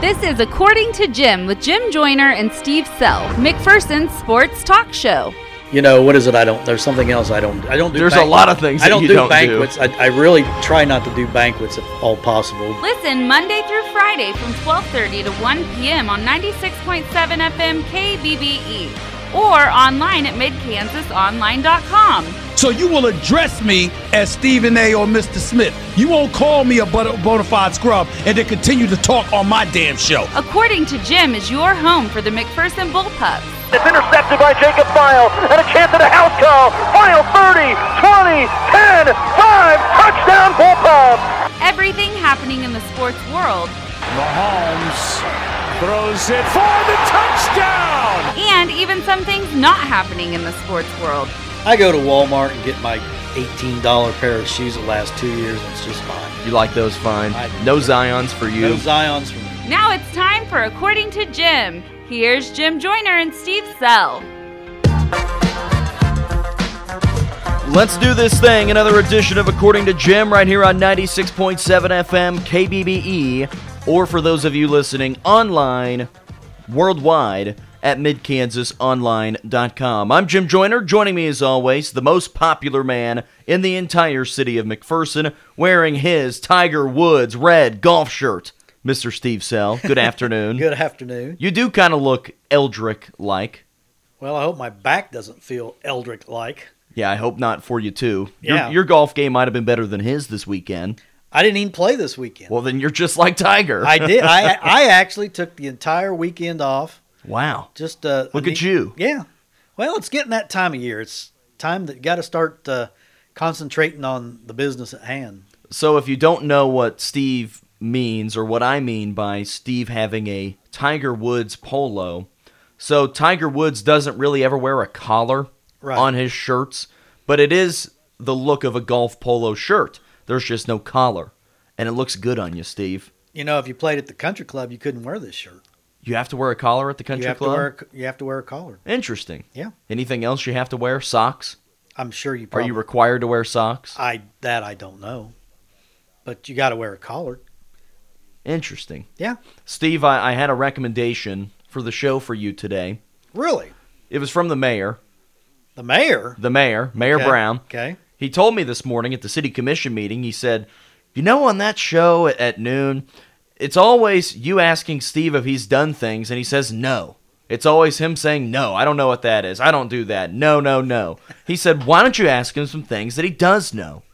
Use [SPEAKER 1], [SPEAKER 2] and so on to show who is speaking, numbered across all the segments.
[SPEAKER 1] This is According to Jim with Jim Joyner and Steve Sell, McPherson's sports talk show.
[SPEAKER 2] you know what is it i don't there's something else i don't i don't do
[SPEAKER 3] There's a
[SPEAKER 2] banquets.
[SPEAKER 3] lot of things
[SPEAKER 2] i
[SPEAKER 3] that
[SPEAKER 2] don't
[SPEAKER 3] you
[SPEAKER 2] do
[SPEAKER 3] don't do.
[SPEAKER 2] banquets I, I really try not to do banquets if all possible
[SPEAKER 1] Listen Monday through Friday from 12:30 to 1 p.m. on 96.7 FM KBBE E or online at midkansasonline.com.
[SPEAKER 4] So you will address me as Stephen A. or Mr. Smith. You won't call me a bona bona fide scrub and then continue to talk on my damn show.
[SPEAKER 1] According to Jim is your home for the McPherson Bullpups.
[SPEAKER 5] It's intercepted by Jacob File and a chance at a house call. File 30, 20, 10, 5, touchdown Bullpups.
[SPEAKER 1] Everything happening in the sports world
[SPEAKER 6] Mahomes throws it for the touchdown.
[SPEAKER 1] and even some things not happening in the sports world.
[SPEAKER 2] i go to walmart and get my $18 pair of shoes that last two years and it's just fine
[SPEAKER 3] You like those fine.
[SPEAKER 2] I do.
[SPEAKER 3] No Zions for you.
[SPEAKER 2] no zions for me
[SPEAKER 1] Now it's time for According to Jim. Here's Jim Joyner and Steve Sell.
[SPEAKER 3] Let's do this thing. Another edition of According to Jim right here on 96.7 FM KBBE, E. or for those of you listening online worldwide at midkansasonline.com. I'm Jim Joyner. Joining me as always, the most popular man in the entire city of McPherson, wearing his Tiger Woods red golf shirt, Mr. Steve Sell. Good afternoon.
[SPEAKER 2] good afternoon
[SPEAKER 3] You do kind of look Eldrick like.
[SPEAKER 2] well i hope my back doesn't feel eldrick like
[SPEAKER 3] Yeah, I hope not for you too. Your-
[SPEAKER 2] Yeah.
[SPEAKER 3] Your, golf game might have been better than his this weekend.
[SPEAKER 2] i didn't even play this weekend
[SPEAKER 3] Well, then you're just like Tiger.
[SPEAKER 2] i did i i actually took the entire weekend off
[SPEAKER 3] wow.
[SPEAKER 2] just uh
[SPEAKER 3] Look
[SPEAKER 2] I
[SPEAKER 3] at
[SPEAKER 2] mean-
[SPEAKER 3] you.
[SPEAKER 2] yeah well it's getting that time of year it's time that you got to start uh, concentrating on the business at hand
[SPEAKER 3] So if you don't know what Steve means or what I mean by Steve having a Tiger Woods polo, so Tiger Woods doesn't really ever wear a collar
[SPEAKER 2] Right.
[SPEAKER 3] on his shirts, but it is the look of a golf polo shirt. There's just no collar, and it looks good on you, Steve.
[SPEAKER 2] you know if you played at the country club you couldn't wear this shirt
[SPEAKER 3] You have to wear a collar at the country
[SPEAKER 2] you have
[SPEAKER 3] club.
[SPEAKER 2] to wear a- you have to wear a collar.
[SPEAKER 3] Interesting.
[SPEAKER 2] Yeah.
[SPEAKER 3] Anything else you have to wear? Socks?
[SPEAKER 2] I'm sure you
[SPEAKER 3] Are
[SPEAKER 2] probably
[SPEAKER 3] you required to wear socks?
[SPEAKER 2] I that I don't know, but you got to wear a collar.
[SPEAKER 3] Interesting.
[SPEAKER 2] Yeah,
[SPEAKER 3] Steve, I, I had a recommendation for the show for you today.
[SPEAKER 2] really.
[SPEAKER 3] It was from the mayor,
[SPEAKER 2] The mayor,
[SPEAKER 3] the mayor, Mayor
[SPEAKER 2] Okay,
[SPEAKER 3] Brown.
[SPEAKER 2] Okay,
[SPEAKER 3] He told me this morning at the city commission meeting, he said, You know, on that show at, at noon, it's always you asking Steve if he's done things, and he says no. It's always him saying, No, I don't know what that is. I don't do that. No, no, no. He said, Why don't you ask him some things that he does know?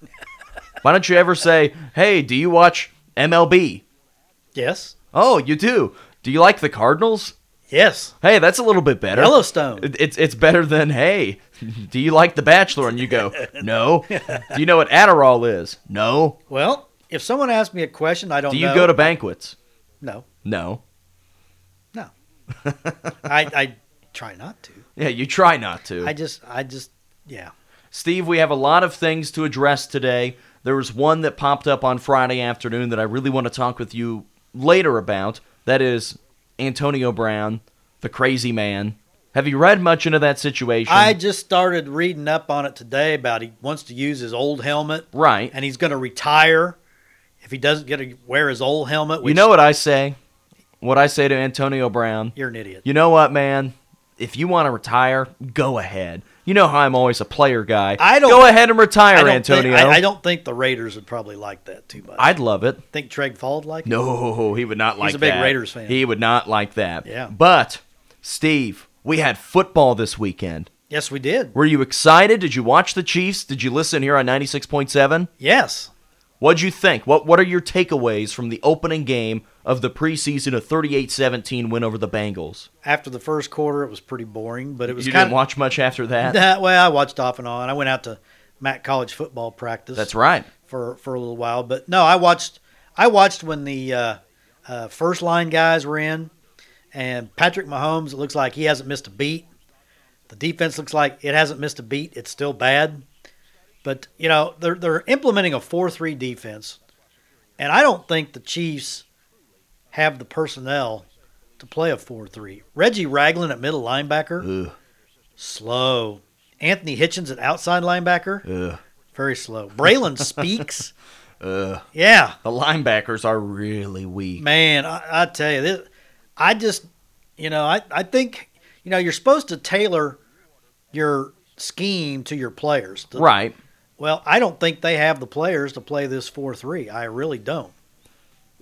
[SPEAKER 3] Why don't you ever say, Hey, do you watch MLB?
[SPEAKER 2] yes,
[SPEAKER 3] Oh, you do. Do you like the Cardinals?
[SPEAKER 2] yes.
[SPEAKER 3] Hey, that's a little bit better.
[SPEAKER 2] Yellowstone.
[SPEAKER 3] It- It's it's better than hey. Do you like The Bachelor? And you go no. Do you know what Adderall is? No.
[SPEAKER 2] Well, if someone asked me a question, I don't.
[SPEAKER 3] Do you
[SPEAKER 2] know.
[SPEAKER 3] go to banquets?
[SPEAKER 2] No,
[SPEAKER 3] No.
[SPEAKER 2] I I try not to.
[SPEAKER 3] Yeah, you try not to.
[SPEAKER 2] I just I just yeah.
[SPEAKER 3] Steve, we have a lot of things to address today. There was one that popped up on Friday afternoon that I really want to talk with you later about. That is Antonio Brown, the crazy man. Have you read much into that situation?
[SPEAKER 2] I just started reading up on it today about he wants to use his old helmet
[SPEAKER 3] right.
[SPEAKER 2] and he's going to retire if he doesn't get to wear his old helmet. Which,
[SPEAKER 3] you know what I say? What I say to Antonio Brown?
[SPEAKER 2] You're an idiot.
[SPEAKER 3] You know what, man? If you want to retire, go ahead. You know how I'm always a player guy.
[SPEAKER 2] I don't-
[SPEAKER 3] go ahead and retire,
[SPEAKER 2] I don't
[SPEAKER 3] Antonio.
[SPEAKER 2] Think, I, I don't think the Raiders would probably like that too much.
[SPEAKER 3] I'd love it.
[SPEAKER 2] think Treg Fall would like it.
[SPEAKER 3] No, he would not like that.
[SPEAKER 2] a big Raiders fan.
[SPEAKER 3] He would not like that.
[SPEAKER 2] Yeah.
[SPEAKER 3] But Steve, we had football this weekend.
[SPEAKER 2] Yes, we did.
[SPEAKER 3] Were you excited? Did you watch the Chiefs? Did you listen here on 96.7?
[SPEAKER 2] Yes.
[SPEAKER 3] What'd you think? What what are your takeaways from the opening game of the preseason a 38-17 win over the Bengals?
[SPEAKER 2] After the first quarter, it was pretty boring, but it was
[SPEAKER 3] you
[SPEAKER 2] kind
[SPEAKER 3] didn't watch much after that?
[SPEAKER 2] Nah, well, I watched off and on. I went out to Matt College football practice.
[SPEAKER 3] That's right.
[SPEAKER 2] For for a little while, but no, I watched. I watched when the uh, uh, first line guys were in, and Patrick Mahomes. It looks like he hasn't missed a beat. The defense looks like it hasn't missed a beat. It's still bad, but you know they're they're implementing a four three defense, and I don't think the Chiefs have the personnel to play a four three. Reggie Ragland at middle linebacker, slow. Anthony Hitchens at outside linebacker,
[SPEAKER 3] Ugh.
[SPEAKER 2] very slow. Braylon Speaks
[SPEAKER 3] Ugh.
[SPEAKER 2] Yeah,
[SPEAKER 3] The linebackers are really weak.
[SPEAKER 2] man, I, I tell you this, I just, you know, I, I think, you know, you're supposed to tailor your scheme to your players. The-
[SPEAKER 3] Right.
[SPEAKER 2] Well, I don't think they have the players to play this four three. I really don't.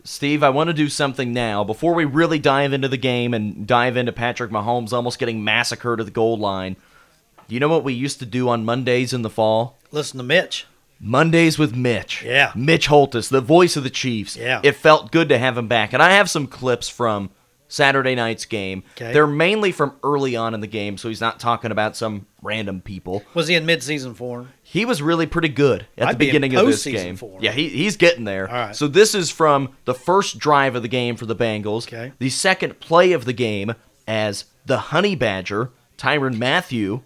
[SPEAKER 3] Steve, I want to do something now before we really dive into the game and dive into Patrick Mahomes almost getting massacred at the goal line. You know what we used to do on Mondays in the fall?
[SPEAKER 2] Listen to Mitch.
[SPEAKER 3] Mondays with Mitch.
[SPEAKER 2] Yeah.
[SPEAKER 3] Mitch Holtis, the voice of the Chiefs.
[SPEAKER 2] Yeah.
[SPEAKER 3] It felt good to have him back. And I have some clips from Saturday night's game.
[SPEAKER 2] Okay.
[SPEAKER 3] They're mainly from early on in the game, so he's not talking about some random people.
[SPEAKER 2] Was he in midseason form?
[SPEAKER 3] He was really pretty good at
[SPEAKER 2] I'd
[SPEAKER 3] the
[SPEAKER 2] be in
[SPEAKER 3] beginning of this
[SPEAKER 2] postseason
[SPEAKER 3] game.
[SPEAKER 2] form.
[SPEAKER 3] Yeah, he, he's getting there.
[SPEAKER 2] All right.
[SPEAKER 3] So this is from the first drive of the game for the Bengals.
[SPEAKER 2] Okay.
[SPEAKER 3] The second play of the game as the Honey Badger, Tyron Matthew,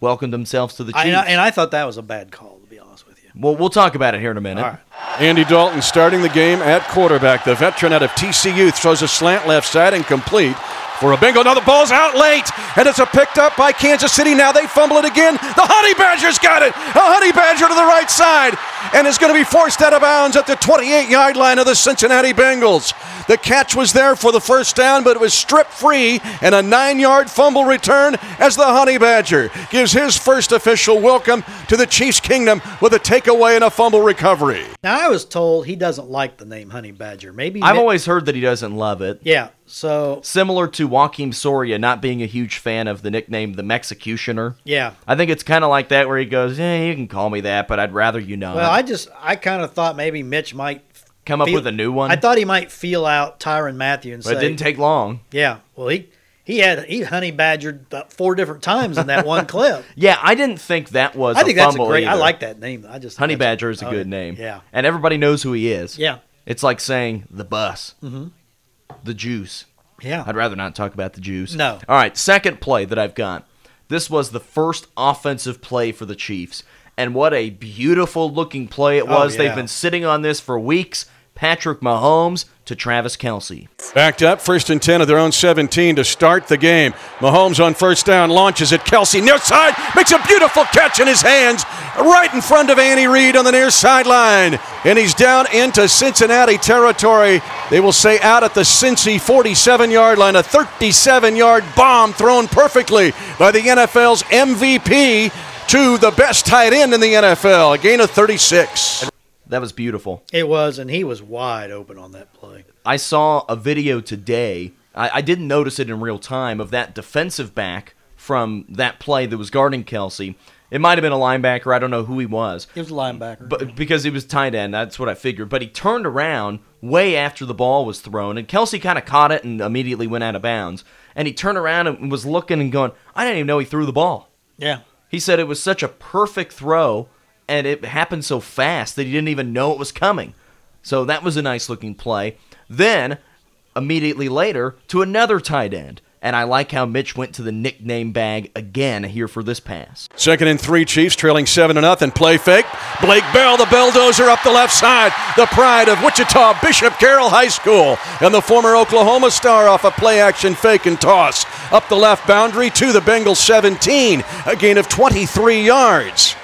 [SPEAKER 3] welcomed themselves to the Chiefs.
[SPEAKER 2] I, and, I, and I thought that was a bad call, to be honest with you.
[SPEAKER 3] well, we'll talk about it here in a minute.
[SPEAKER 2] All right.
[SPEAKER 6] Andy Dalton starting the game at quarterback. The veteran out of TCU throws a slant left side and complete for a Bengal. Now the ball's out late, and it's a picked up by Kansas City. Now they fumble it again. The Honey Badger's got it. A Honey Badger to the right side, and is going to be forced out of bounds at the 28-yard line of the Cincinnati Bengals. The catch was there for the first down, but it was stripped free and a nine-yard fumble return as the Honey Badger gives his first official welcome to the Chiefs' kingdom with a takeaway and a fumble recovery.
[SPEAKER 2] Now I was told he doesn't like the name Honey Badger. Maybe
[SPEAKER 3] I've
[SPEAKER 2] Mi-
[SPEAKER 3] always heard that he doesn't love it.
[SPEAKER 2] yeah. So
[SPEAKER 3] Similar to Joaquin Soria not being a huge fan of the nickname the Mexicutioner.
[SPEAKER 2] yeah.
[SPEAKER 3] I think it's kind of like that where he goes, "Yeah, you can call me that, but I'd rather you not."
[SPEAKER 2] Well, I just I kind of thought maybe Mitch might
[SPEAKER 3] Come up
[SPEAKER 2] feel-
[SPEAKER 3] with a new one.
[SPEAKER 2] I thought he might feel out Tyron Matthew and
[SPEAKER 3] but
[SPEAKER 2] say,
[SPEAKER 3] it didn't take long.
[SPEAKER 2] "Yeah, well he he had he honey badgered about four different times in that one clip."
[SPEAKER 3] Yeah, I didn't think that was.
[SPEAKER 2] I
[SPEAKER 3] a
[SPEAKER 2] think that's a
[SPEAKER 3] fumble
[SPEAKER 2] great. I
[SPEAKER 3] either.
[SPEAKER 2] like that name. I just
[SPEAKER 3] Honey
[SPEAKER 2] that's
[SPEAKER 3] Badger is a
[SPEAKER 2] oh,
[SPEAKER 3] good name.
[SPEAKER 2] Yeah,
[SPEAKER 3] and everybody knows who he is.
[SPEAKER 2] yeah,
[SPEAKER 3] it's like saying the bus, mm-hmm. the juice.
[SPEAKER 2] yeah.
[SPEAKER 3] I'd rather not talk about the Jews.
[SPEAKER 2] No.
[SPEAKER 3] All right, second play that I've got. This was the first offensive play for the Chiefs. And what a beautiful looking play it was.
[SPEAKER 2] Oh, yeah.
[SPEAKER 3] They've been sitting on this for weeks. Patrick Mahomes to Travis Kelsey.
[SPEAKER 6] Backed up, first and 10 of their own 17 to start the game. Mahomes on first down launches at Kelsey. Near side makes a beautiful catch in his hands right in front of Andy Reid on the near sideline. And he's down into Cincinnati territory. They will say out at the Cincy 47 yard line, a 37 yard bomb thrown perfectly by the NFL's MVP to the best tight end in the NFL. A gain of 36.
[SPEAKER 3] That was beautiful.
[SPEAKER 2] It was, and he was wide open on that play.
[SPEAKER 3] I saw a video today. I, I didn't notice it in real time of that defensive back from that play that was guarding Kelsey. It might have been a linebacker. I don't know who he was.
[SPEAKER 2] He was a linebacker.
[SPEAKER 3] But because he was tight end, that's what I figured. But he turned around way after the ball was thrown, and Kelsey kind of caught it and immediately went out of bounds. And he turned around and was looking and going, I didn't even know he threw the ball.
[SPEAKER 2] yeah,
[SPEAKER 3] He said it was such a perfect throw, and it happened so fast that he didn't even know it was coming. So that was a nice looking play. Then, immediately later, to another tight end. And I like how Mitch went to the nickname bag again here for this pass.
[SPEAKER 6] Second and three, Chiefs trailing seven to nothing. Play fake. Blake Bell, the bulldozer up the left side. The pride of Wichita Bishop Carroll High School and the former Oklahoma star off a play action fake and toss up the left boundary to the Bengals 17, a gain of 23 yards.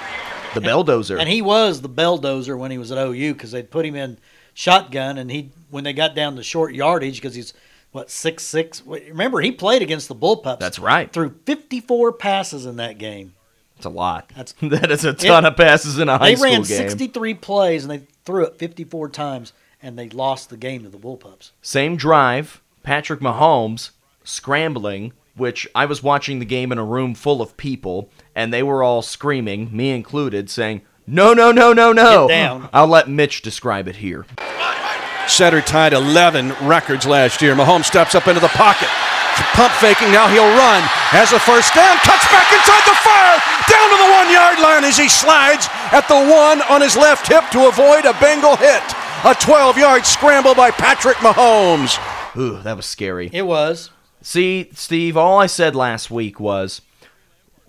[SPEAKER 3] The bulldozer.
[SPEAKER 2] and he was the belldozer when he was at OU because they'd put him in shotgun, and he when they got down to short yardage because he's what six six. Remember, he played against the Bullpups.
[SPEAKER 3] That's right.
[SPEAKER 2] Through fifty four passes in that game.
[SPEAKER 3] It's a lot. That's
[SPEAKER 2] That's-
[SPEAKER 3] that is a ton of passes in a high
[SPEAKER 2] They
[SPEAKER 3] school
[SPEAKER 2] ran
[SPEAKER 3] game.
[SPEAKER 2] 63 plays and they threw it 54 times and they lost the game to the Bullpups.
[SPEAKER 3] Same drive, Patrick Mahomes scrambling, which I was watching the game in a room full of people, and they were all screaming, me included, saying, "No, no, no, no, no!"
[SPEAKER 2] Get down.
[SPEAKER 3] I'll let Mitch describe it here.
[SPEAKER 6] Setter tied 11 records last year. Mahomes steps up into the pocket. Pump faking, now he'll run. Has a first down, cuts back inside the fire, down to the one yard line as he slides at the one on his left hip to avoid a Bengal hit. A 12 yard scramble by Patrick Mahomes.
[SPEAKER 3] Ooh, that was scary.
[SPEAKER 2] It was.
[SPEAKER 3] See, Steve, all I said last week was,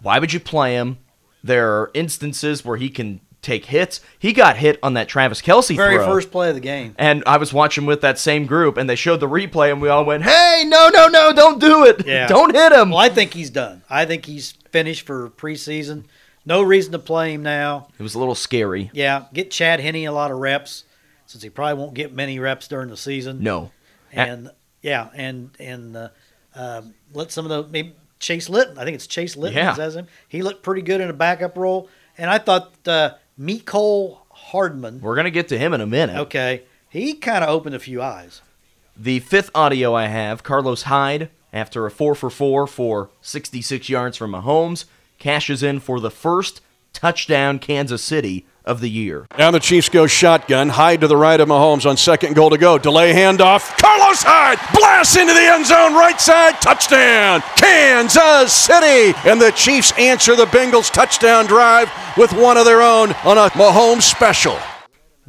[SPEAKER 3] why would you play him? There are instances where he can take hits. He got hit on that Travis Kelsey
[SPEAKER 2] Very
[SPEAKER 3] throw.
[SPEAKER 2] first play of the game.
[SPEAKER 3] And I was watching with that same group, and they showed the replay, and we all went, "Hey, no, no, no! Don't do it!
[SPEAKER 2] Yeah.
[SPEAKER 3] Don't hit him!"
[SPEAKER 2] Well, I think he's done. I think he's finished for preseason. No reason to play him now.
[SPEAKER 3] It was a little scary.
[SPEAKER 2] Yeah, get Chad Henney a lot of reps. since he probably won't get many reps during the season.
[SPEAKER 3] No.
[SPEAKER 2] And yeah, and and uh, um let some of the maybe Chase Litton. I think it's Chase Litton.
[SPEAKER 3] Yeah.
[SPEAKER 2] is that his name? He looked pretty good in a backup role, and I thought uh, Mecole Hardman.
[SPEAKER 3] We're going to get to him in a minute.
[SPEAKER 2] Okay, he kind of opened a few eyes.
[SPEAKER 3] The fifth audio I have Carlos Hyde, after a 4 for 4 for 66 yards from Mahomes, cashes in for the first touchdown Kansas City of the year.
[SPEAKER 6] Now the Chiefs go shotgun, Hyde to the right of Mahomes on second goal to go. Delay handoff. Carlos Hyde blasts into the end zone, right side touchdown. Kansas City and the Chiefs answer the Bengals touchdown drive with one of their own on a Mahomes special.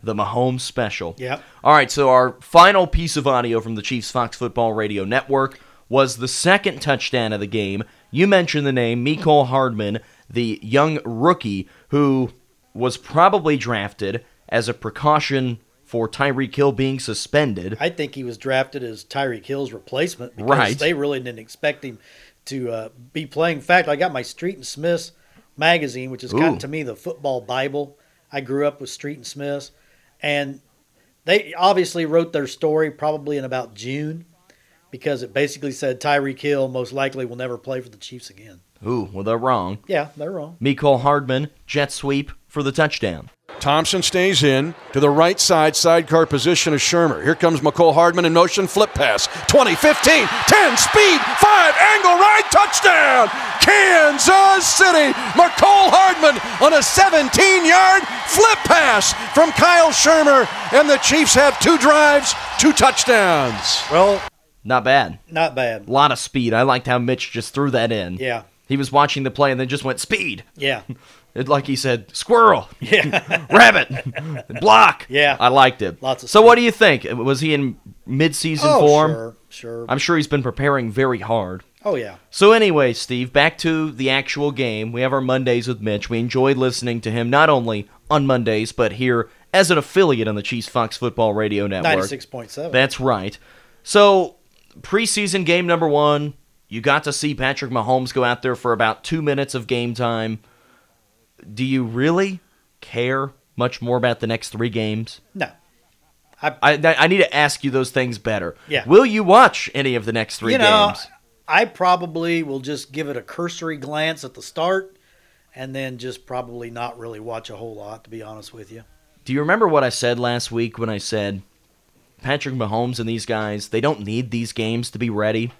[SPEAKER 3] the Mahomes special.
[SPEAKER 2] Yep.
[SPEAKER 3] All right, so our final piece of audio from the Chiefs Fox Football Radio Network was the second touchdown of the game. You mentioned the name Miko Hardman, the young rookie who was probably drafted as a precaution for Tyreek Hill being suspended.
[SPEAKER 2] I think he was drafted as Tyreek Hill's replacement because
[SPEAKER 3] Right.
[SPEAKER 2] they really didn't expect him to uh, be playing. In fact, I got my Street and Smiths magazine, which is kind
[SPEAKER 3] Ooh.
[SPEAKER 2] of to me the football Bible. I grew up with Street and Smiths, and they obviously wrote their story probably in about June because it basically said Tyreek Hill most likely will never play for the Chiefs again.
[SPEAKER 3] Ooh, well, they're wrong.
[SPEAKER 2] Yeah, they're wrong.
[SPEAKER 3] Miko Hardman, jet sweep for the touchdown.
[SPEAKER 6] Thompson stays in to the right side, sidecar position of Shermer. Here comes McCole Hardman in motion, flip pass. 20, 15, 10, speed, 5, angle right, touchdown! Kansas City! McCole Hardman on a 17 yard flip pass from Kyle Shermer, and the Chiefs have two drives, two touchdowns.
[SPEAKER 2] Well,
[SPEAKER 3] Not bad.
[SPEAKER 2] not bad.
[SPEAKER 3] A lot of speed. I liked how Mitch just threw that in.
[SPEAKER 2] Yeah,
[SPEAKER 3] He was watching the play and then just went speed.
[SPEAKER 2] yeah,
[SPEAKER 3] It, like he said, squirrel, yeah, rabbit, block.
[SPEAKER 2] Yeah.
[SPEAKER 3] I liked it.
[SPEAKER 2] Lots of
[SPEAKER 3] so,
[SPEAKER 2] speed.
[SPEAKER 3] what do you think? Was he in mid-season
[SPEAKER 2] oh,
[SPEAKER 3] form?
[SPEAKER 2] Sure, sure.
[SPEAKER 3] I'm sure he's been preparing very hard.
[SPEAKER 2] oh yeah.
[SPEAKER 3] So, anyway, Steve, back to the actual game. We have our Mondays with Mitch. We enjoy listening to him not only on Mondays but here as an affiliate on the Chiefs Fox Football Radio Network.
[SPEAKER 2] Ninety-six point seven.
[SPEAKER 3] That's right. So, preseason game number one, you got to see Patrick Mahomes go out there for about two minutes of game time. Do you really care much more about the next three games?
[SPEAKER 2] no.
[SPEAKER 3] I, I I need to ask you those things better.
[SPEAKER 2] Yeah.
[SPEAKER 3] Will you watch any of the next three
[SPEAKER 2] you know,
[SPEAKER 3] games?
[SPEAKER 2] I probably will just give it a cursory glance at the start and then just probably not really watch a whole lot, to be honest with you.
[SPEAKER 3] Do you remember what I said last week when I said Patrick Mahomes and these guys, they don't need these games to be ready?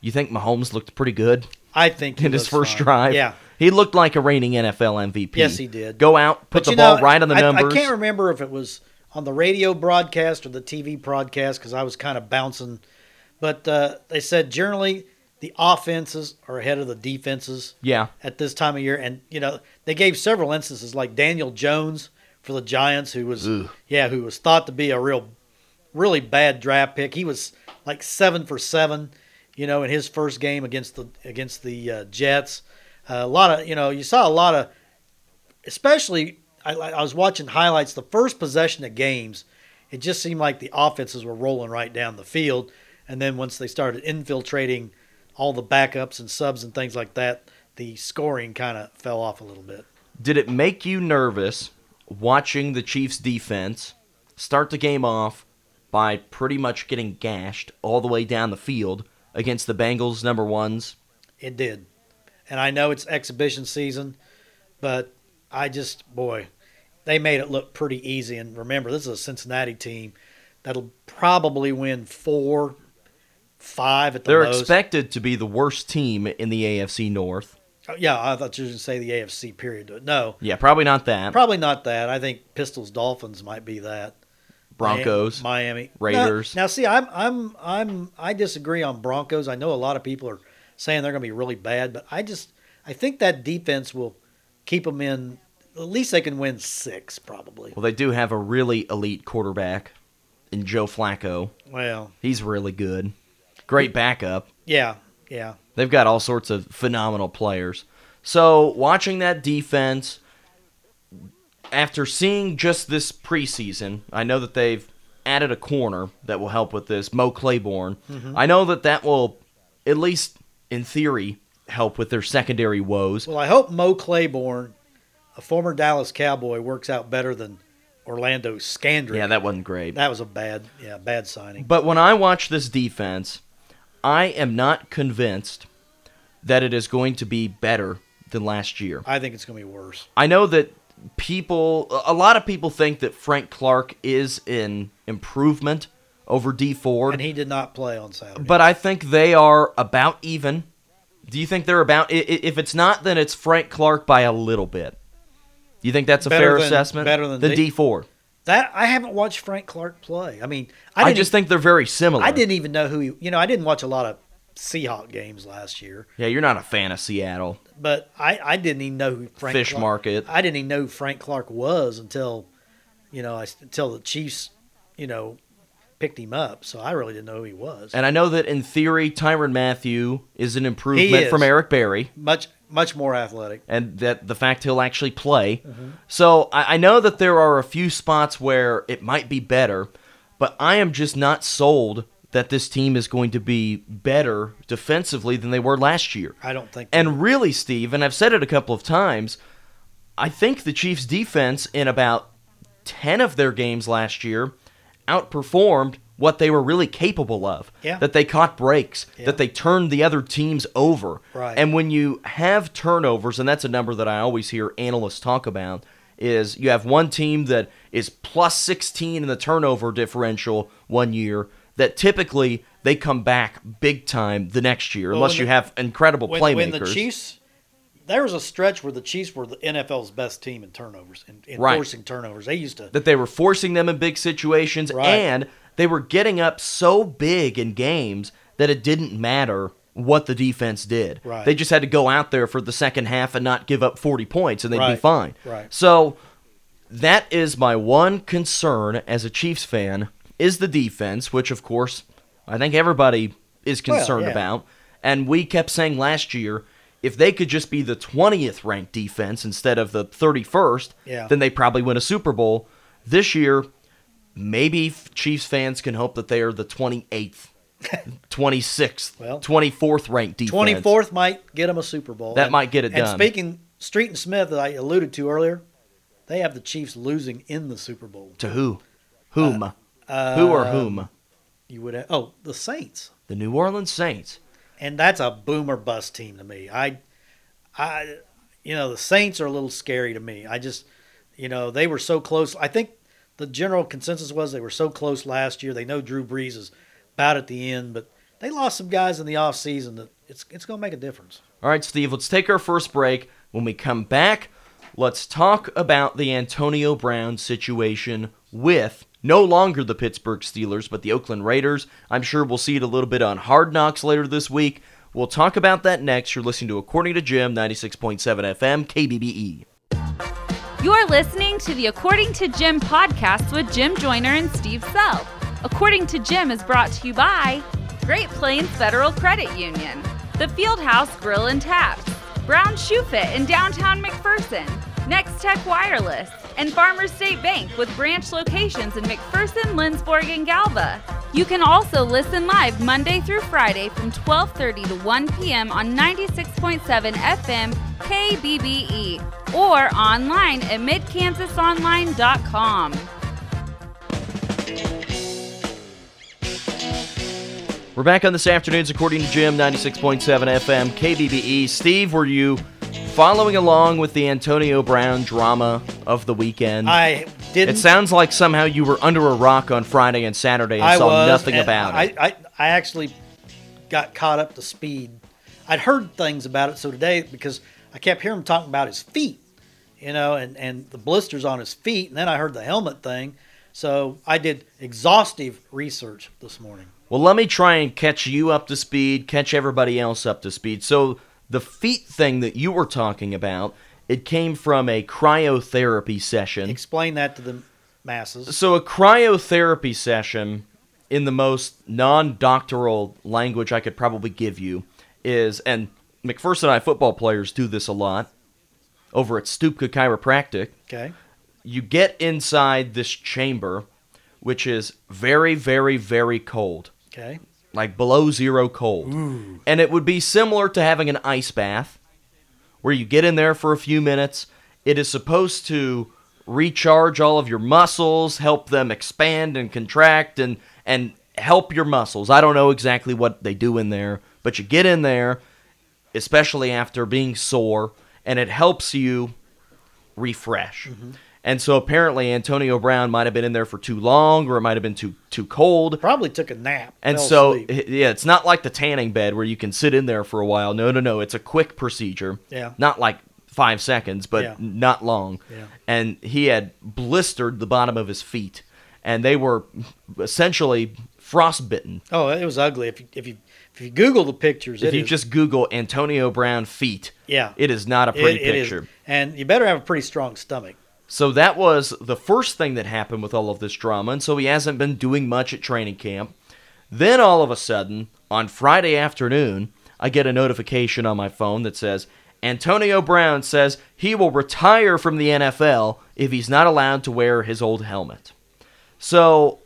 [SPEAKER 3] You think Mahomes looked pretty good?
[SPEAKER 2] I think he
[SPEAKER 3] in his
[SPEAKER 2] looks
[SPEAKER 3] first
[SPEAKER 2] fine.
[SPEAKER 3] drive.
[SPEAKER 2] Yeah.
[SPEAKER 3] He looked like a reigning NFL MVP.
[SPEAKER 2] Yes, he did.
[SPEAKER 3] Go out, put
[SPEAKER 2] But
[SPEAKER 3] the
[SPEAKER 2] you
[SPEAKER 3] ball
[SPEAKER 2] know,
[SPEAKER 3] right on the
[SPEAKER 2] I,
[SPEAKER 3] numbers.
[SPEAKER 2] I can't remember if it was on the radio broadcast or the TV broadcast because I was kind of bouncing. But uh, they said generally the offenses are ahead of the defenses.
[SPEAKER 3] Yeah.
[SPEAKER 2] At this time of year, and you know they gave several instances like Daniel Jones for the Giants, who was yeah, who was thought to be a real, really bad draft pick. He was like seven for seven, you know, in his first game against the against the uh, Jets. Uh, a lot of you know you saw a lot of especially I, I was watching highlights the first possession of games it just seemed like the offenses were rolling right down the field and then once they started infiltrating all the backups and subs and things like that the scoring kind of fell off a little bit
[SPEAKER 3] Did it make you nervous watching the Chiefs defense start the game off by pretty much getting gashed all the way down the field against the Bengals number ones?
[SPEAKER 2] it did and i know it's exhibition season but i just boy they made it look pretty easy and remember this is a cincinnati team that'll probably win four five at the
[SPEAKER 3] They're
[SPEAKER 2] most
[SPEAKER 3] expected to be the worst team in the AFC North.
[SPEAKER 2] Oh, Yeah, I thought you were going to say the AFC period. No,
[SPEAKER 3] Yeah, probably not that.
[SPEAKER 2] probably not that. I think Pistols Dolphins might be that.
[SPEAKER 3] Broncos.
[SPEAKER 2] Miami,
[SPEAKER 3] Raiders.
[SPEAKER 2] Now, now, see, I'm, I'm, I'm, I disagree on Broncos. I know a lot of people are saying they're going to be really bad, but I just, I think that defense will keep them in. At least they can win six, probably.
[SPEAKER 3] well, they do have a really elite quarterback in Joe Flacco.
[SPEAKER 2] Well,
[SPEAKER 3] He's really good. Great backup.
[SPEAKER 2] yeah, yeah,
[SPEAKER 3] They've got all sorts of phenomenal players. So watching that defense, after seeing just this preseason, I know that they've added a corner that will help with this, Mo Claiborne. I know that that will, at least in theory, help with their secondary woes.
[SPEAKER 2] Well, I hope Mo Claiborne, a former Dallas Cowboy, works out better than Orlando Scandrick.
[SPEAKER 3] Yeah, that wasn't great.
[SPEAKER 2] that was a bad, yeah, bad signing.
[SPEAKER 3] But when I watch this defense, I am not convinced that it is going to be better than last year.
[SPEAKER 2] I think it's going to be worse.
[SPEAKER 3] I know that people, a lot of people think that Frank Clark is an improvement over D Ford,
[SPEAKER 2] And he did not play on Saturday.
[SPEAKER 3] but I think they are about even. Do you think they're about? i- i- If it's not, then it's Frank Clark by a little bit. Do you think that's a
[SPEAKER 2] Better
[SPEAKER 3] fair
[SPEAKER 2] than-
[SPEAKER 3] assessment?
[SPEAKER 2] better than D-
[SPEAKER 3] D Ford.
[SPEAKER 2] that I haven't watched Frank Clark play. I mean, I,
[SPEAKER 3] I,
[SPEAKER 2] didn't e-
[SPEAKER 3] just think they're very similar.
[SPEAKER 2] I didn't even know who he. You know, I didn't watch a lot of Seahawk games last year,
[SPEAKER 3] Yeah, you're not a fan of Seattle.
[SPEAKER 2] but I, I didn't even know who Frank
[SPEAKER 3] Fish
[SPEAKER 2] Clark,
[SPEAKER 3] market.
[SPEAKER 2] I didn't even know who Frank Clark was until, you know, I, until the Chiefs, you know, picked him up. So I really didn't know who he was.
[SPEAKER 3] And I know that in theory, Tyron Matthew is an improvement
[SPEAKER 2] is.
[SPEAKER 3] from Eric Berry,
[SPEAKER 2] much much more athletic.
[SPEAKER 3] and that the fact he'll actually play. So I, I know that there are a few spots where it might be better, but I am just not sold that this team is going to be better defensively than they were last year.
[SPEAKER 2] I don't think.
[SPEAKER 3] And really, Steve, and I've said it a couple of times, I think the Chiefs' defense in about 10 of their games last year outperformed what they were really capable of.
[SPEAKER 2] Yeah.
[SPEAKER 3] That they caught breaks,
[SPEAKER 2] Yeah.
[SPEAKER 3] that they turned the other teams over.
[SPEAKER 2] Right.
[SPEAKER 3] And when you have turnovers, and that's a number that I always hear analysts talk about, is you have one team that is plus 16 in the turnover differential one year that typically they come back big time the next year
[SPEAKER 2] Well,
[SPEAKER 3] unless
[SPEAKER 2] when
[SPEAKER 3] you
[SPEAKER 2] the-
[SPEAKER 3] have incredible
[SPEAKER 2] when,
[SPEAKER 3] playmakers.
[SPEAKER 2] when the Chiefs, there was a stretch where the Chiefs were the NFL's best team in turnovers, in, in
[SPEAKER 3] Right.
[SPEAKER 2] forcing turnovers. They used to
[SPEAKER 3] that they were forcing them in big situations
[SPEAKER 2] Right.
[SPEAKER 3] and they were getting up so big in games that it didn't matter what the defense did.
[SPEAKER 2] Right.
[SPEAKER 3] They just had to go out there for the second half and not give up 40 points and they'd be
[SPEAKER 2] Right.
[SPEAKER 3] fine.
[SPEAKER 2] Right.
[SPEAKER 3] So that is my one concern as a Chiefs fan is the defense, which of course I think everybody is
[SPEAKER 2] Well,
[SPEAKER 3] concerned
[SPEAKER 2] yeah.
[SPEAKER 3] about. And we kept saying last year if they could just be the 20th ranked defense instead of the 31st,
[SPEAKER 2] Yeah.
[SPEAKER 3] then they probably win a Super Bowl. This year, maybe f- Chiefs fans can hope that they are the 28th, 26th,
[SPEAKER 2] Well,
[SPEAKER 3] 24th ranked defense.
[SPEAKER 2] Twenty fourth might get them a Super Bowl.
[SPEAKER 3] That might get it
[SPEAKER 2] and
[SPEAKER 3] done.
[SPEAKER 2] speaking Street and Smith that I alluded to earlier, they have the Chiefs losing in the Super Bowl.
[SPEAKER 3] To who? Whom?
[SPEAKER 2] Uh,
[SPEAKER 3] who
[SPEAKER 2] um,
[SPEAKER 3] or whom?
[SPEAKER 2] You would have, oh the Saints,
[SPEAKER 3] The New Orleans Saints.
[SPEAKER 2] and that's a boomer bust team to me. I, I, you know the Saints are a little scary to me. I just, you know, they were so close. I think the general consensus was they were so close last year. They know Drew Brees is about at the end, but they lost some guys in the offseason that it's it's going to make a difference.
[SPEAKER 3] All right, Steve, let's take our first break. When we come back, let's talk about the Antonio Brown situation with no longer the Pittsburgh Steelers, but the Oakland Raiders. I'm sure we'll see it a little bit on Hard Knocks later this week. We'll talk about that next. You're listening to According to Jim, 96.7 FM, KBBE.
[SPEAKER 1] You're listening to the According to Jim podcast with Jim Joyner and Steve Self. According to Jim is brought to you by Great Plains Federal Credit Union, The Fieldhouse Grill and Taps, Brown Shoe Fit in downtown McPherson, Next Tech Wireless, and Farmers State Bank with branch locations in McPherson, Lindsborg, and Galva. You can also listen live Monday through Friday from 12:30 to 1 p.m. on 96.7 FM KBBE E or online at midkansasonline.com.
[SPEAKER 3] We're back on this afternoon's According to Jim, 96.7 FM, KBBE. E. Steve, were you following along with the Antonio Brown drama of the weekend?
[SPEAKER 2] I didn't.
[SPEAKER 3] It sounds like somehow you were under a rock on Friday and Saturday and saw nothing
[SPEAKER 2] and
[SPEAKER 3] about
[SPEAKER 2] I,
[SPEAKER 3] it.
[SPEAKER 2] I, I actually got caught up to speed. I'd heard things about it, so today because I kept hearing him talking about his feet, you know, and and the blisters on his feet, and then I heard the helmet thing. So I did exhaustive research this morning.
[SPEAKER 3] Well, let me try and catch you up to speed, catch everybody else up to speed. So, the feet thing that you were talking about, it came from a cryotherapy session.
[SPEAKER 2] Explain that to the masses.
[SPEAKER 3] So, a cryotherapy session, in the most non doctoral language I could probably give you, is, and McPherson and I football players do this a lot over at Stupka Chiropractic.
[SPEAKER 2] Okay,
[SPEAKER 3] you get inside this chamber, which is very, very, very cold,
[SPEAKER 2] okay,
[SPEAKER 3] like below zero cold. And it would be similar to having an ice bath where you get in there for a few minutes. It is supposed to recharge all of your muscles, help them expand and contract and and help your muscles. I don't know exactly what they do in there, but you get in there, especially after being sore, and it helps you refresh. And so apparently Antonio Brown might have been in there for too long or it might have been too too cold.
[SPEAKER 2] Probably took a nap.
[SPEAKER 3] And
[SPEAKER 2] fell
[SPEAKER 3] so,
[SPEAKER 2] asleep.
[SPEAKER 3] h- yeah, it's not like the tanning bed where you can sit in there for a while. No, no, no. It's a quick procedure.
[SPEAKER 2] Yeah.
[SPEAKER 3] Not like five seconds, but
[SPEAKER 2] Yeah.
[SPEAKER 3] not long.
[SPEAKER 2] Yeah.
[SPEAKER 3] And he had blistered the bottom of his feet, and they were essentially frostbitten.
[SPEAKER 2] oh, it was ugly. If you if you if you Google the pictures,
[SPEAKER 3] If
[SPEAKER 2] it
[SPEAKER 3] you
[SPEAKER 2] is-
[SPEAKER 3] just Google Antonio Brown feet,
[SPEAKER 2] Yeah.
[SPEAKER 3] it is not a
[SPEAKER 2] it-
[SPEAKER 3] pretty
[SPEAKER 2] it is-
[SPEAKER 3] picture.
[SPEAKER 2] and you better have a pretty strong stomach.
[SPEAKER 3] So that was the first thing that happened with all of this drama, and so he hasn't been doing much at training camp. Then all of a sudden, on Friday afternoon, I get a notification on my phone that says Antonio Brown says he will retire from the NFL if he's not allowed to wear his old helmet. So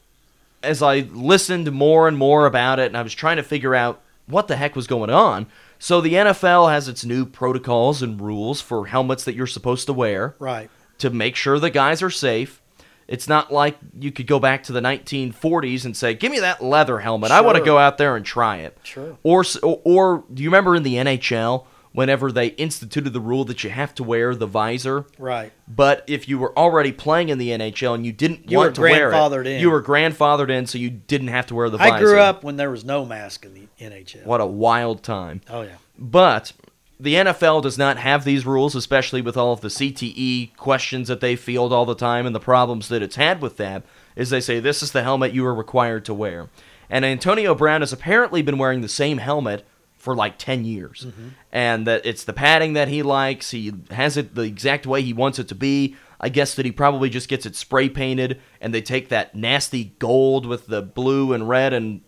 [SPEAKER 3] as I listened more and more about it, and I was trying to figure out what the heck was going on. So the NFL has its new protocols and rules for helmets that you're supposed to wear
[SPEAKER 2] Right.
[SPEAKER 3] to make sure the guys are safe. It's not like you could go back to the 1940s and say, "Give me that leather helmet. I want to
[SPEAKER 2] Sure.
[SPEAKER 3] go out there and try it."
[SPEAKER 2] Sure.
[SPEAKER 3] Or, s- or or do you remember in the NHL whenever they instituted the rule that you have to wear the visor?
[SPEAKER 2] Right.
[SPEAKER 3] But if you were already playing in the NHL and you didn't
[SPEAKER 2] You
[SPEAKER 3] want
[SPEAKER 2] were
[SPEAKER 3] to wear it,
[SPEAKER 2] grandfathered in.
[SPEAKER 3] you were grandfathered in, so you didn't have to wear the visor.
[SPEAKER 2] I grew up when there was no mask in the NHL.
[SPEAKER 3] What a wild time!
[SPEAKER 2] Oh yeah.
[SPEAKER 3] But the NFL does not have these rules, especially with all of the CTE questions that they field all the time and the problems that it's had with that, is they say this is the helmet you are required to wear. And Antonio Brown has apparently been wearing the same helmet for like 10 years. And that it's the padding that he likes, he has it the exact way he wants it to be. I guess that he probably just gets it spray painted and they take that nasty gold with the blue and red and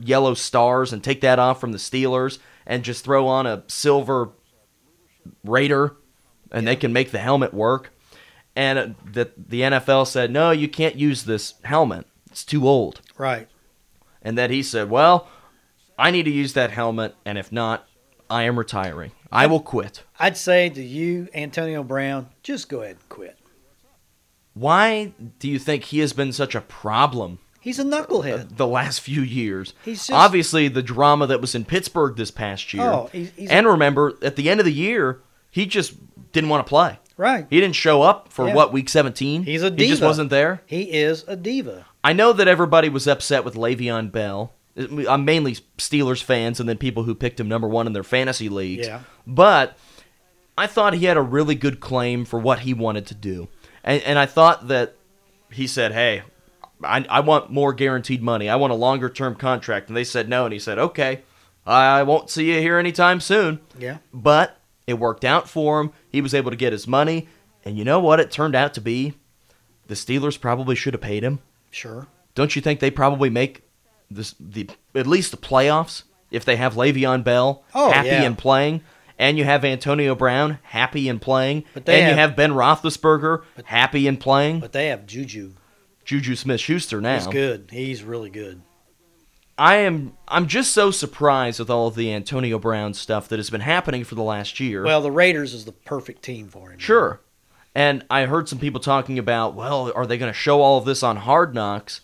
[SPEAKER 3] yellow stars and take that off from the Steelers and just throw on a silver Raider and they can make the helmet work. And uh, the, the NFL said, no, you can't use this helmet. It's too old.
[SPEAKER 2] Right.
[SPEAKER 3] And that he said, well, I need to use that helmet. And if not, I am retiring. I will quit.
[SPEAKER 2] I'd say to you, Antonio Brown, just go ahead and quit.
[SPEAKER 3] Why do you think he has been such a problem
[SPEAKER 2] He's a knucklehead.
[SPEAKER 3] the last few years.
[SPEAKER 2] He's just-
[SPEAKER 3] obviously the drama that was in Pittsburgh this past year.
[SPEAKER 2] Oh, he's- he's-
[SPEAKER 3] and remember, at the end of the year, he just didn't want to play.
[SPEAKER 2] Right.
[SPEAKER 3] He didn't show up for
[SPEAKER 2] Yeah.
[SPEAKER 3] what week seventeen.
[SPEAKER 2] He's a diva.
[SPEAKER 3] He just wasn't there.
[SPEAKER 2] He is a diva.
[SPEAKER 3] I know that everybody was upset with Le'Veon Bell. I'm mainly Steelers fans, and then people who picked him number one in their fantasy leagues.
[SPEAKER 2] Yeah.
[SPEAKER 3] But I thought he had a really good claim for what he wanted to do, and and I thought that he said, "Hey, I, I want more guaranteed money. I want a longer term contract." And they said no, and he said, "Okay, I won't see you here anytime soon."
[SPEAKER 2] Yeah.
[SPEAKER 3] But it worked out for him. He was able to get his money, and you know what? It turned out to be the Steelers probably should have paid him.
[SPEAKER 2] Sure.
[SPEAKER 3] Don't you think they probably make this the at least the playoffs if they have Le'Veon Bell
[SPEAKER 2] Oh,
[SPEAKER 3] happy
[SPEAKER 2] yeah.
[SPEAKER 3] and playing, and you have Antonio Brown happy and playing,
[SPEAKER 2] But they
[SPEAKER 3] and you
[SPEAKER 2] have-
[SPEAKER 3] have Ben Roethlisberger happy and playing,
[SPEAKER 2] But they have Juju.
[SPEAKER 3] Juju Smith-Schuster now.
[SPEAKER 2] He's good. He's really good.
[SPEAKER 3] I am I'm just so surprised with all of the Antonio Brown stuff that has been happening for the last year.
[SPEAKER 2] Well, the Raiders is the perfect team for him.
[SPEAKER 3] Sure. And I heard some people talking about, well, are they going to show all of this on Hard Knocks?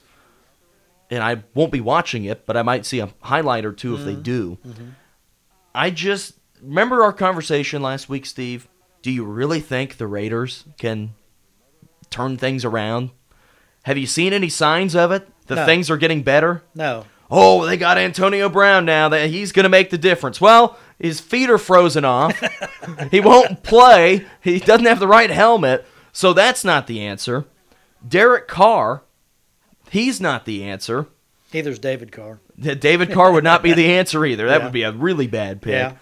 [SPEAKER 3] And I won't be watching it, but I might see a highlight or two if they do. I just remember our conversation last week, Steve. Do you really think the Raiders can turn things around? Have you seen any signs of it? That
[SPEAKER 2] No.
[SPEAKER 3] things are getting better?
[SPEAKER 2] No.
[SPEAKER 3] Oh, they got Antonio Brown now. That he's going to make the difference. Well, his feet are frozen off. he won't play. He doesn't have the right helmet. So that's not the answer. Derek Carr, he's not the answer.
[SPEAKER 2] Neither's David Carr.
[SPEAKER 3] D- David Carr would not be the answer either. That
[SPEAKER 2] Yeah.
[SPEAKER 3] would be a really bad pick.
[SPEAKER 2] Yeah.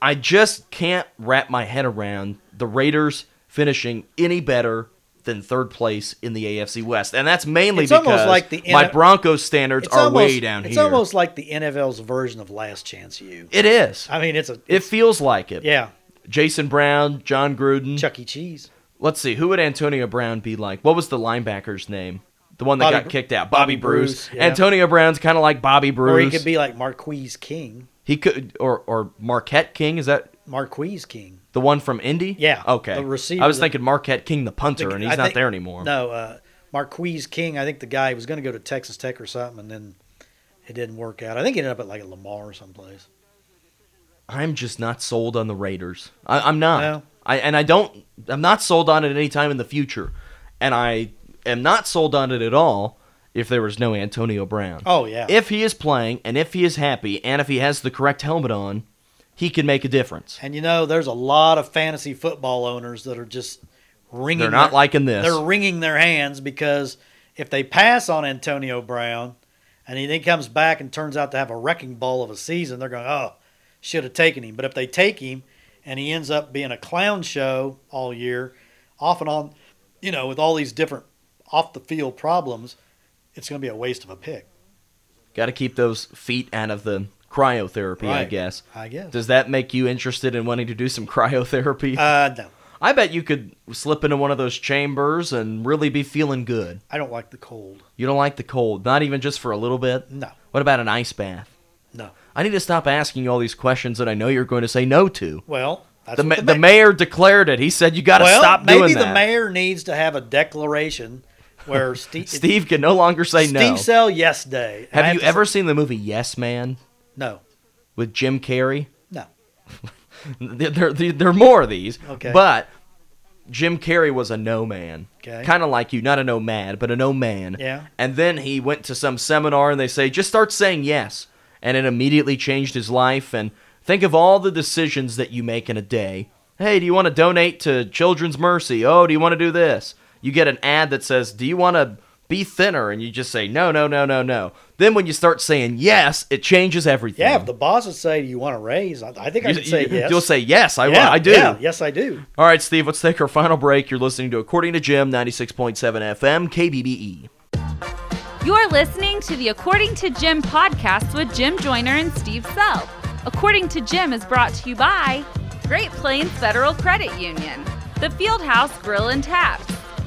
[SPEAKER 3] I just can't wrap my head around the Raiders finishing any better than third place in the AFC West. And that's mainly
[SPEAKER 2] It's
[SPEAKER 3] because
[SPEAKER 2] almost like the
[SPEAKER 3] my
[SPEAKER 2] N-
[SPEAKER 3] Broncos standards are way down
[SPEAKER 2] it's
[SPEAKER 3] here.
[SPEAKER 2] almost like the NFL's version of Last Chance You.
[SPEAKER 3] it is.
[SPEAKER 2] I mean, it's a
[SPEAKER 3] It feels like it.
[SPEAKER 2] yeah,
[SPEAKER 3] Jason Brown, John Gruden.
[SPEAKER 2] Chuck E. Cheese.
[SPEAKER 3] Let's see, who would Antonio Brown be like? What was the linebacker's name? The one that
[SPEAKER 2] Bobby
[SPEAKER 3] got
[SPEAKER 2] Br-
[SPEAKER 3] kicked out, Bobby,
[SPEAKER 2] Bobby
[SPEAKER 3] Bruce.
[SPEAKER 2] Bruce, yeah.
[SPEAKER 3] Antonio Brown's kind of like Bobby Bruce.
[SPEAKER 2] Or he could be like Marquise King.
[SPEAKER 3] He could, or or Marquette King. Is that
[SPEAKER 2] Marquise King.
[SPEAKER 3] The one from Indy?
[SPEAKER 2] Yeah,
[SPEAKER 3] Okay.
[SPEAKER 2] the receiver
[SPEAKER 3] I was
[SPEAKER 2] that-
[SPEAKER 3] thinking Marquette King, the punter, and he's
[SPEAKER 2] I
[SPEAKER 3] not
[SPEAKER 2] think-
[SPEAKER 3] there anymore.
[SPEAKER 2] No, uh, Marquise King. I think the guy was going to go to Texas Tech or something, and then it didn't work out. I think he ended up at like at Lamar or someplace.
[SPEAKER 3] I'm just not sold on the Raiders. I, I'm not.
[SPEAKER 2] No.
[SPEAKER 3] I and I don't. I'm not sold on it any time in the future, and I am not sold on it at all if there was no Antonio Brown.
[SPEAKER 2] Oh yeah,
[SPEAKER 3] If he is playing and if he is happy and if he has the correct helmet on, he can make a difference.
[SPEAKER 2] and you know, there's a lot of fantasy football owners that are just ringing.
[SPEAKER 3] They're not
[SPEAKER 2] their-
[SPEAKER 3] liking this.
[SPEAKER 2] They're wringing their hands because if they pass on Antonio Brown and he then comes back and turns out to have a wrecking ball of a season, they're going, oh, should have taken him. But if they take him and he ends up being a clown show all year, off and on, you know, with all these different off the field problems, it's going to be a waste of a pick.
[SPEAKER 3] Got to keep those feet out of the cryotherapy, I
[SPEAKER 2] Right.
[SPEAKER 3] guess.
[SPEAKER 2] I guess.
[SPEAKER 3] Does that make you interested in wanting to do some cryotherapy?
[SPEAKER 2] Uh, no,
[SPEAKER 3] I bet you could slip into one of those chambers and really be feeling good.
[SPEAKER 2] I don't like the cold.
[SPEAKER 3] You don't like the cold, not even just for a little bit?
[SPEAKER 2] No,
[SPEAKER 3] What about an ice bath?
[SPEAKER 2] no.
[SPEAKER 3] I need to stop asking you all these questions that I know you're going to say no to.
[SPEAKER 2] Well, that's
[SPEAKER 3] The,
[SPEAKER 2] what
[SPEAKER 3] ma- the mayor declared it. He said you got to
[SPEAKER 2] well,
[SPEAKER 3] stop
[SPEAKER 2] maybe
[SPEAKER 3] doing
[SPEAKER 2] the
[SPEAKER 3] that.
[SPEAKER 2] mayor needs to have a declaration where Steve,
[SPEAKER 3] Steve can no longer say
[SPEAKER 2] Steve
[SPEAKER 3] no.
[SPEAKER 2] Sell Yes Day. And I
[SPEAKER 3] Have you
[SPEAKER 2] to-
[SPEAKER 3] ever seen the movie Yes Man
[SPEAKER 2] No,
[SPEAKER 3] with Jim Carrey?
[SPEAKER 2] no.
[SPEAKER 3] There, there, there- there are more of these.
[SPEAKER 2] Okay.
[SPEAKER 3] But Jim Carrey was a no man.
[SPEAKER 2] Okay.
[SPEAKER 3] Kind of like you, not a no mad, but a no man.
[SPEAKER 2] Yeah.
[SPEAKER 3] And then he went to some seminar and they say, just start saying yes. And it immediately changed his life. And think of all the decisions that you make in a day. Hey, do you want to donate to Children's Mercy? Oh, do you want to do this? You get an ad that says, do you want to be thinner? And you just say, no, no, no, no, no. Then when you start saying yes, it changes everything.
[SPEAKER 2] Yeah, if the bosses say, "Do you want a raise?" I, I think I
[SPEAKER 3] Hmm. You-
[SPEAKER 2] could say
[SPEAKER 3] you-
[SPEAKER 2] yes.
[SPEAKER 3] You'll say yes. I
[SPEAKER 2] yeah,
[SPEAKER 3] want. I do.
[SPEAKER 2] Yeah, yes, I do.
[SPEAKER 3] All right, Steve, let's take our final break. You're listening to According to Jim, 96.7 FM, KBBE.
[SPEAKER 1] You're listening to the According to Jim podcast with Jim Joyner and Steve Self. According to Jim is brought to you by Great Plains Federal Credit Union, The Fieldhouse Grill and Taps,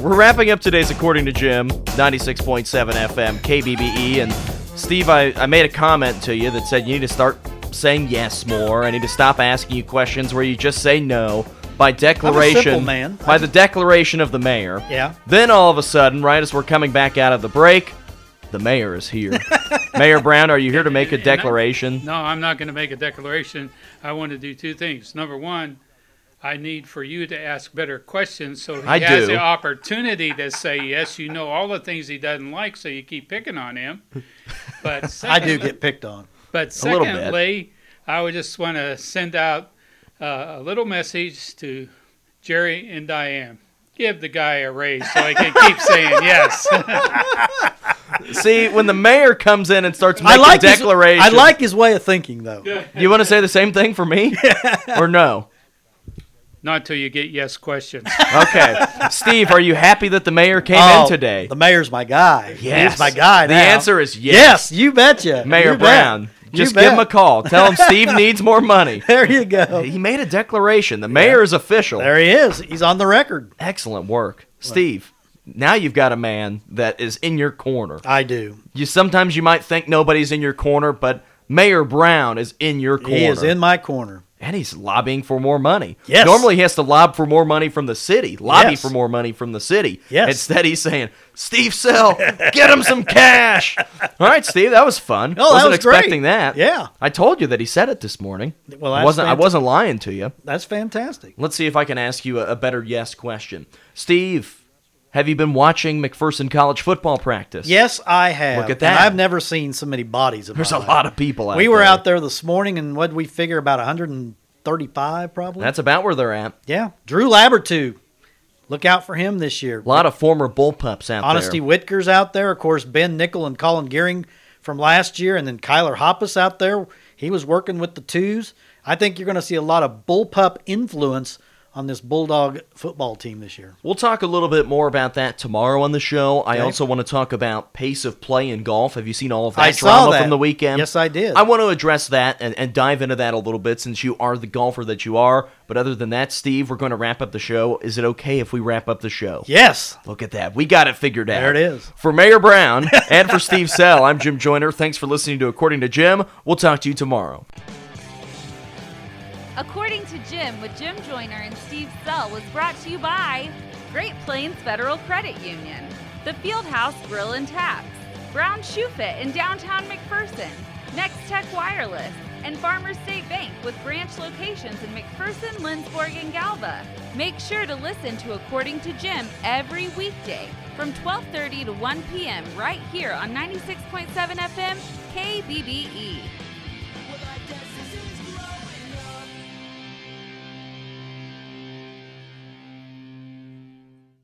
[SPEAKER 3] We're wrapping up today's According to Jim, 96.7 FM, KBBE. E. And Steve, I, I made a comment to you that said you need to start saying yes more. I need to stop asking you questions where you just say no by declaration.
[SPEAKER 2] man.
[SPEAKER 3] By the declaration of the mayor.
[SPEAKER 2] Yeah.
[SPEAKER 3] Then all of a sudden, right as we're coming back out of the break, the mayor is here. mayor Brown, are you here to make a
[SPEAKER 7] And- and I-
[SPEAKER 3] declaration?
[SPEAKER 7] No, I'm not going to make a declaration. I want to do two things. Number one, I need for you to ask better questions so he
[SPEAKER 3] I
[SPEAKER 7] has
[SPEAKER 3] do.
[SPEAKER 7] the opportunity to say yes. You know all the things he doesn't like, so you keep picking on him. But
[SPEAKER 2] I do
[SPEAKER 7] secondly,
[SPEAKER 2] get picked on.
[SPEAKER 7] But
[SPEAKER 3] A little bit.
[SPEAKER 7] secondly, I would just want to send out uh, a little message to Jerry and Diane. Give the guy a raise so I can keep saying yes.
[SPEAKER 3] See, when the mayor comes in and starts
[SPEAKER 2] I
[SPEAKER 3] making
[SPEAKER 2] like
[SPEAKER 3] declarations,
[SPEAKER 2] His, I like his way of thinking, though.
[SPEAKER 3] You want to say the same thing for me, or no?
[SPEAKER 7] Not till you get yes questions.
[SPEAKER 3] Okay, Steve, are you happy that the mayor came
[SPEAKER 2] Oh,
[SPEAKER 3] in today?
[SPEAKER 2] The mayor's my guy.
[SPEAKER 3] Yes.
[SPEAKER 2] he's my guy.
[SPEAKER 3] The
[SPEAKER 2] now.
[SPEAKER 3] answer is yes.
[SPEAKER 2] Yes, you betcha,
[SPEAKER 3] mayor
[SPEAKER 2] You bet.
[SPEAKER 3] Brown, just
[SPEAKER 2] you
[SPEAKER 3] give him a
[SPEAKER 2] bet.
[SPEAKER 3] call. Tell him Steve needs more money.
[SPEAKER 2] There you go.
[SPEAKER 3] He made a declaration. The mayor is official.
[SPEAKER 2] There he is. He's on the record.
[SPEAKER 3] Excellent work, Steve. Now you've got a man that is in your corner.
[SPEAKER 2] I do.
[SPEAKER 3] You sometimes you might think nobody's in your corner, but Mayor Brown is in your corner.
[SPEAKER 2] He is in my corner.
[SPEAKER 3] And he's lobbying for more money.
[SPEAKER 2] Yes.
[SPEAKER 3] Normally he has to lob for more money from the city, lobby
[SPEAKER 2] Yes.
[SPEAKER 3] for more money from the city.
[SPEAKER 2] Yes.
[SPEAKER 3] Instead he's saying, Steve Sell, get him some cash. All right, Steve, that was fun.
[SPEAKER 2] Oh, that
[SPEAKER 3] wasn't
[SPEAKER 2] was great.
[SPEAKER 3] expecting that.
[SPEAKER 2] Yeah.
[SPEAKER 3] I told you that he said it this morning.
[SPEAKER 2] Well,
[SPEAKER 3] I
[SPEAKER 2] that's
[SPEAKER 3] wasn't I
[SPEAKER 2] fant-
[SPEAKER 3] wasn't lying to you.
[SPEAKER 2] That's fantastic.
[SPEAKER 3] Let's see if I can ask you a, a better yes question. Steve, have you been watching McPherson College football practice?
[SPEAKER 2] Yes, I have.
[SPEAKER 3] Look at
[SPEAKER 2] And
[SPEAKER 3] that.
[SPEAKER 2] I've never seen so many bodies. In
[SPEAKER 3] There's
[SPEAKER 2] my
[SPEAKER 3] a
[SPEAKER 2] life.
[SPEAKER 3] lot of people out
[SPEAKER 2] We were
[SPEAKER 3] there.
[SPEAKER 2] out there this morning, and what we figure about 135 probably.
[SPEAKER 3] That's about where they're at.
[SPEAKER 2] yeah. Drew Labertu, look out for him this year.
[SPEAKER 3] A lot of former bullpups out
[SPEAKER 2] Honesty
[SPEAKER 3] there.
[SPEAKER 2] Whitker's out there, of course. Ben Nickel and Colin Gearing from last year, and then Kyler Hoppus out there. He was working with the twos. I think you're going to see a lot of bullpup influence on this Bulldog football team this year.
[SPEAKER 3] We'll talk a little bit more about that tomorrow on the show. I also want to talk about pace of play in golf. Have you seen all of that
[SPEAKER 2] I saw
[SPEAKER 3] drama
[SPEAKER 2] that.
[SPEAKER 3] from the weekend?
[SPEAKER 2] Yes, I did.
[SPEAKER 3] I want to address that and, and dive into that a little bit since you are the golfer that you are. But other than that, Steve, we're going to wrap up the show. Is it okay if we wrap up the show?
[SPEAKER 2] Yes.
[SPEAKER 3] Look at that. We got it figured out.
[SPEAKER 2] There it is.
[SPEAKER 3] For Mayor Brown and for Steve Sell, I'm Jim Joyner. Thanks for listening to According to Jim. We'll talk to you tomorrow.
[SPEAKER 1] According to Jim, with Jim Joyner and Steve Sell, was brought to you by Great Plains Federal Credit Union, The Fieldhouse Grill and Taps, Brown Shoe Fit in downtown McPherson, Next Tech Wireless, and Farmers State Bank with branch locations in McPherson, Lindsborg, and Galva. Make sure to listen to According to Jim every weekday from 12:30 to 1 p.m. right here on 96.7 FM KBBE.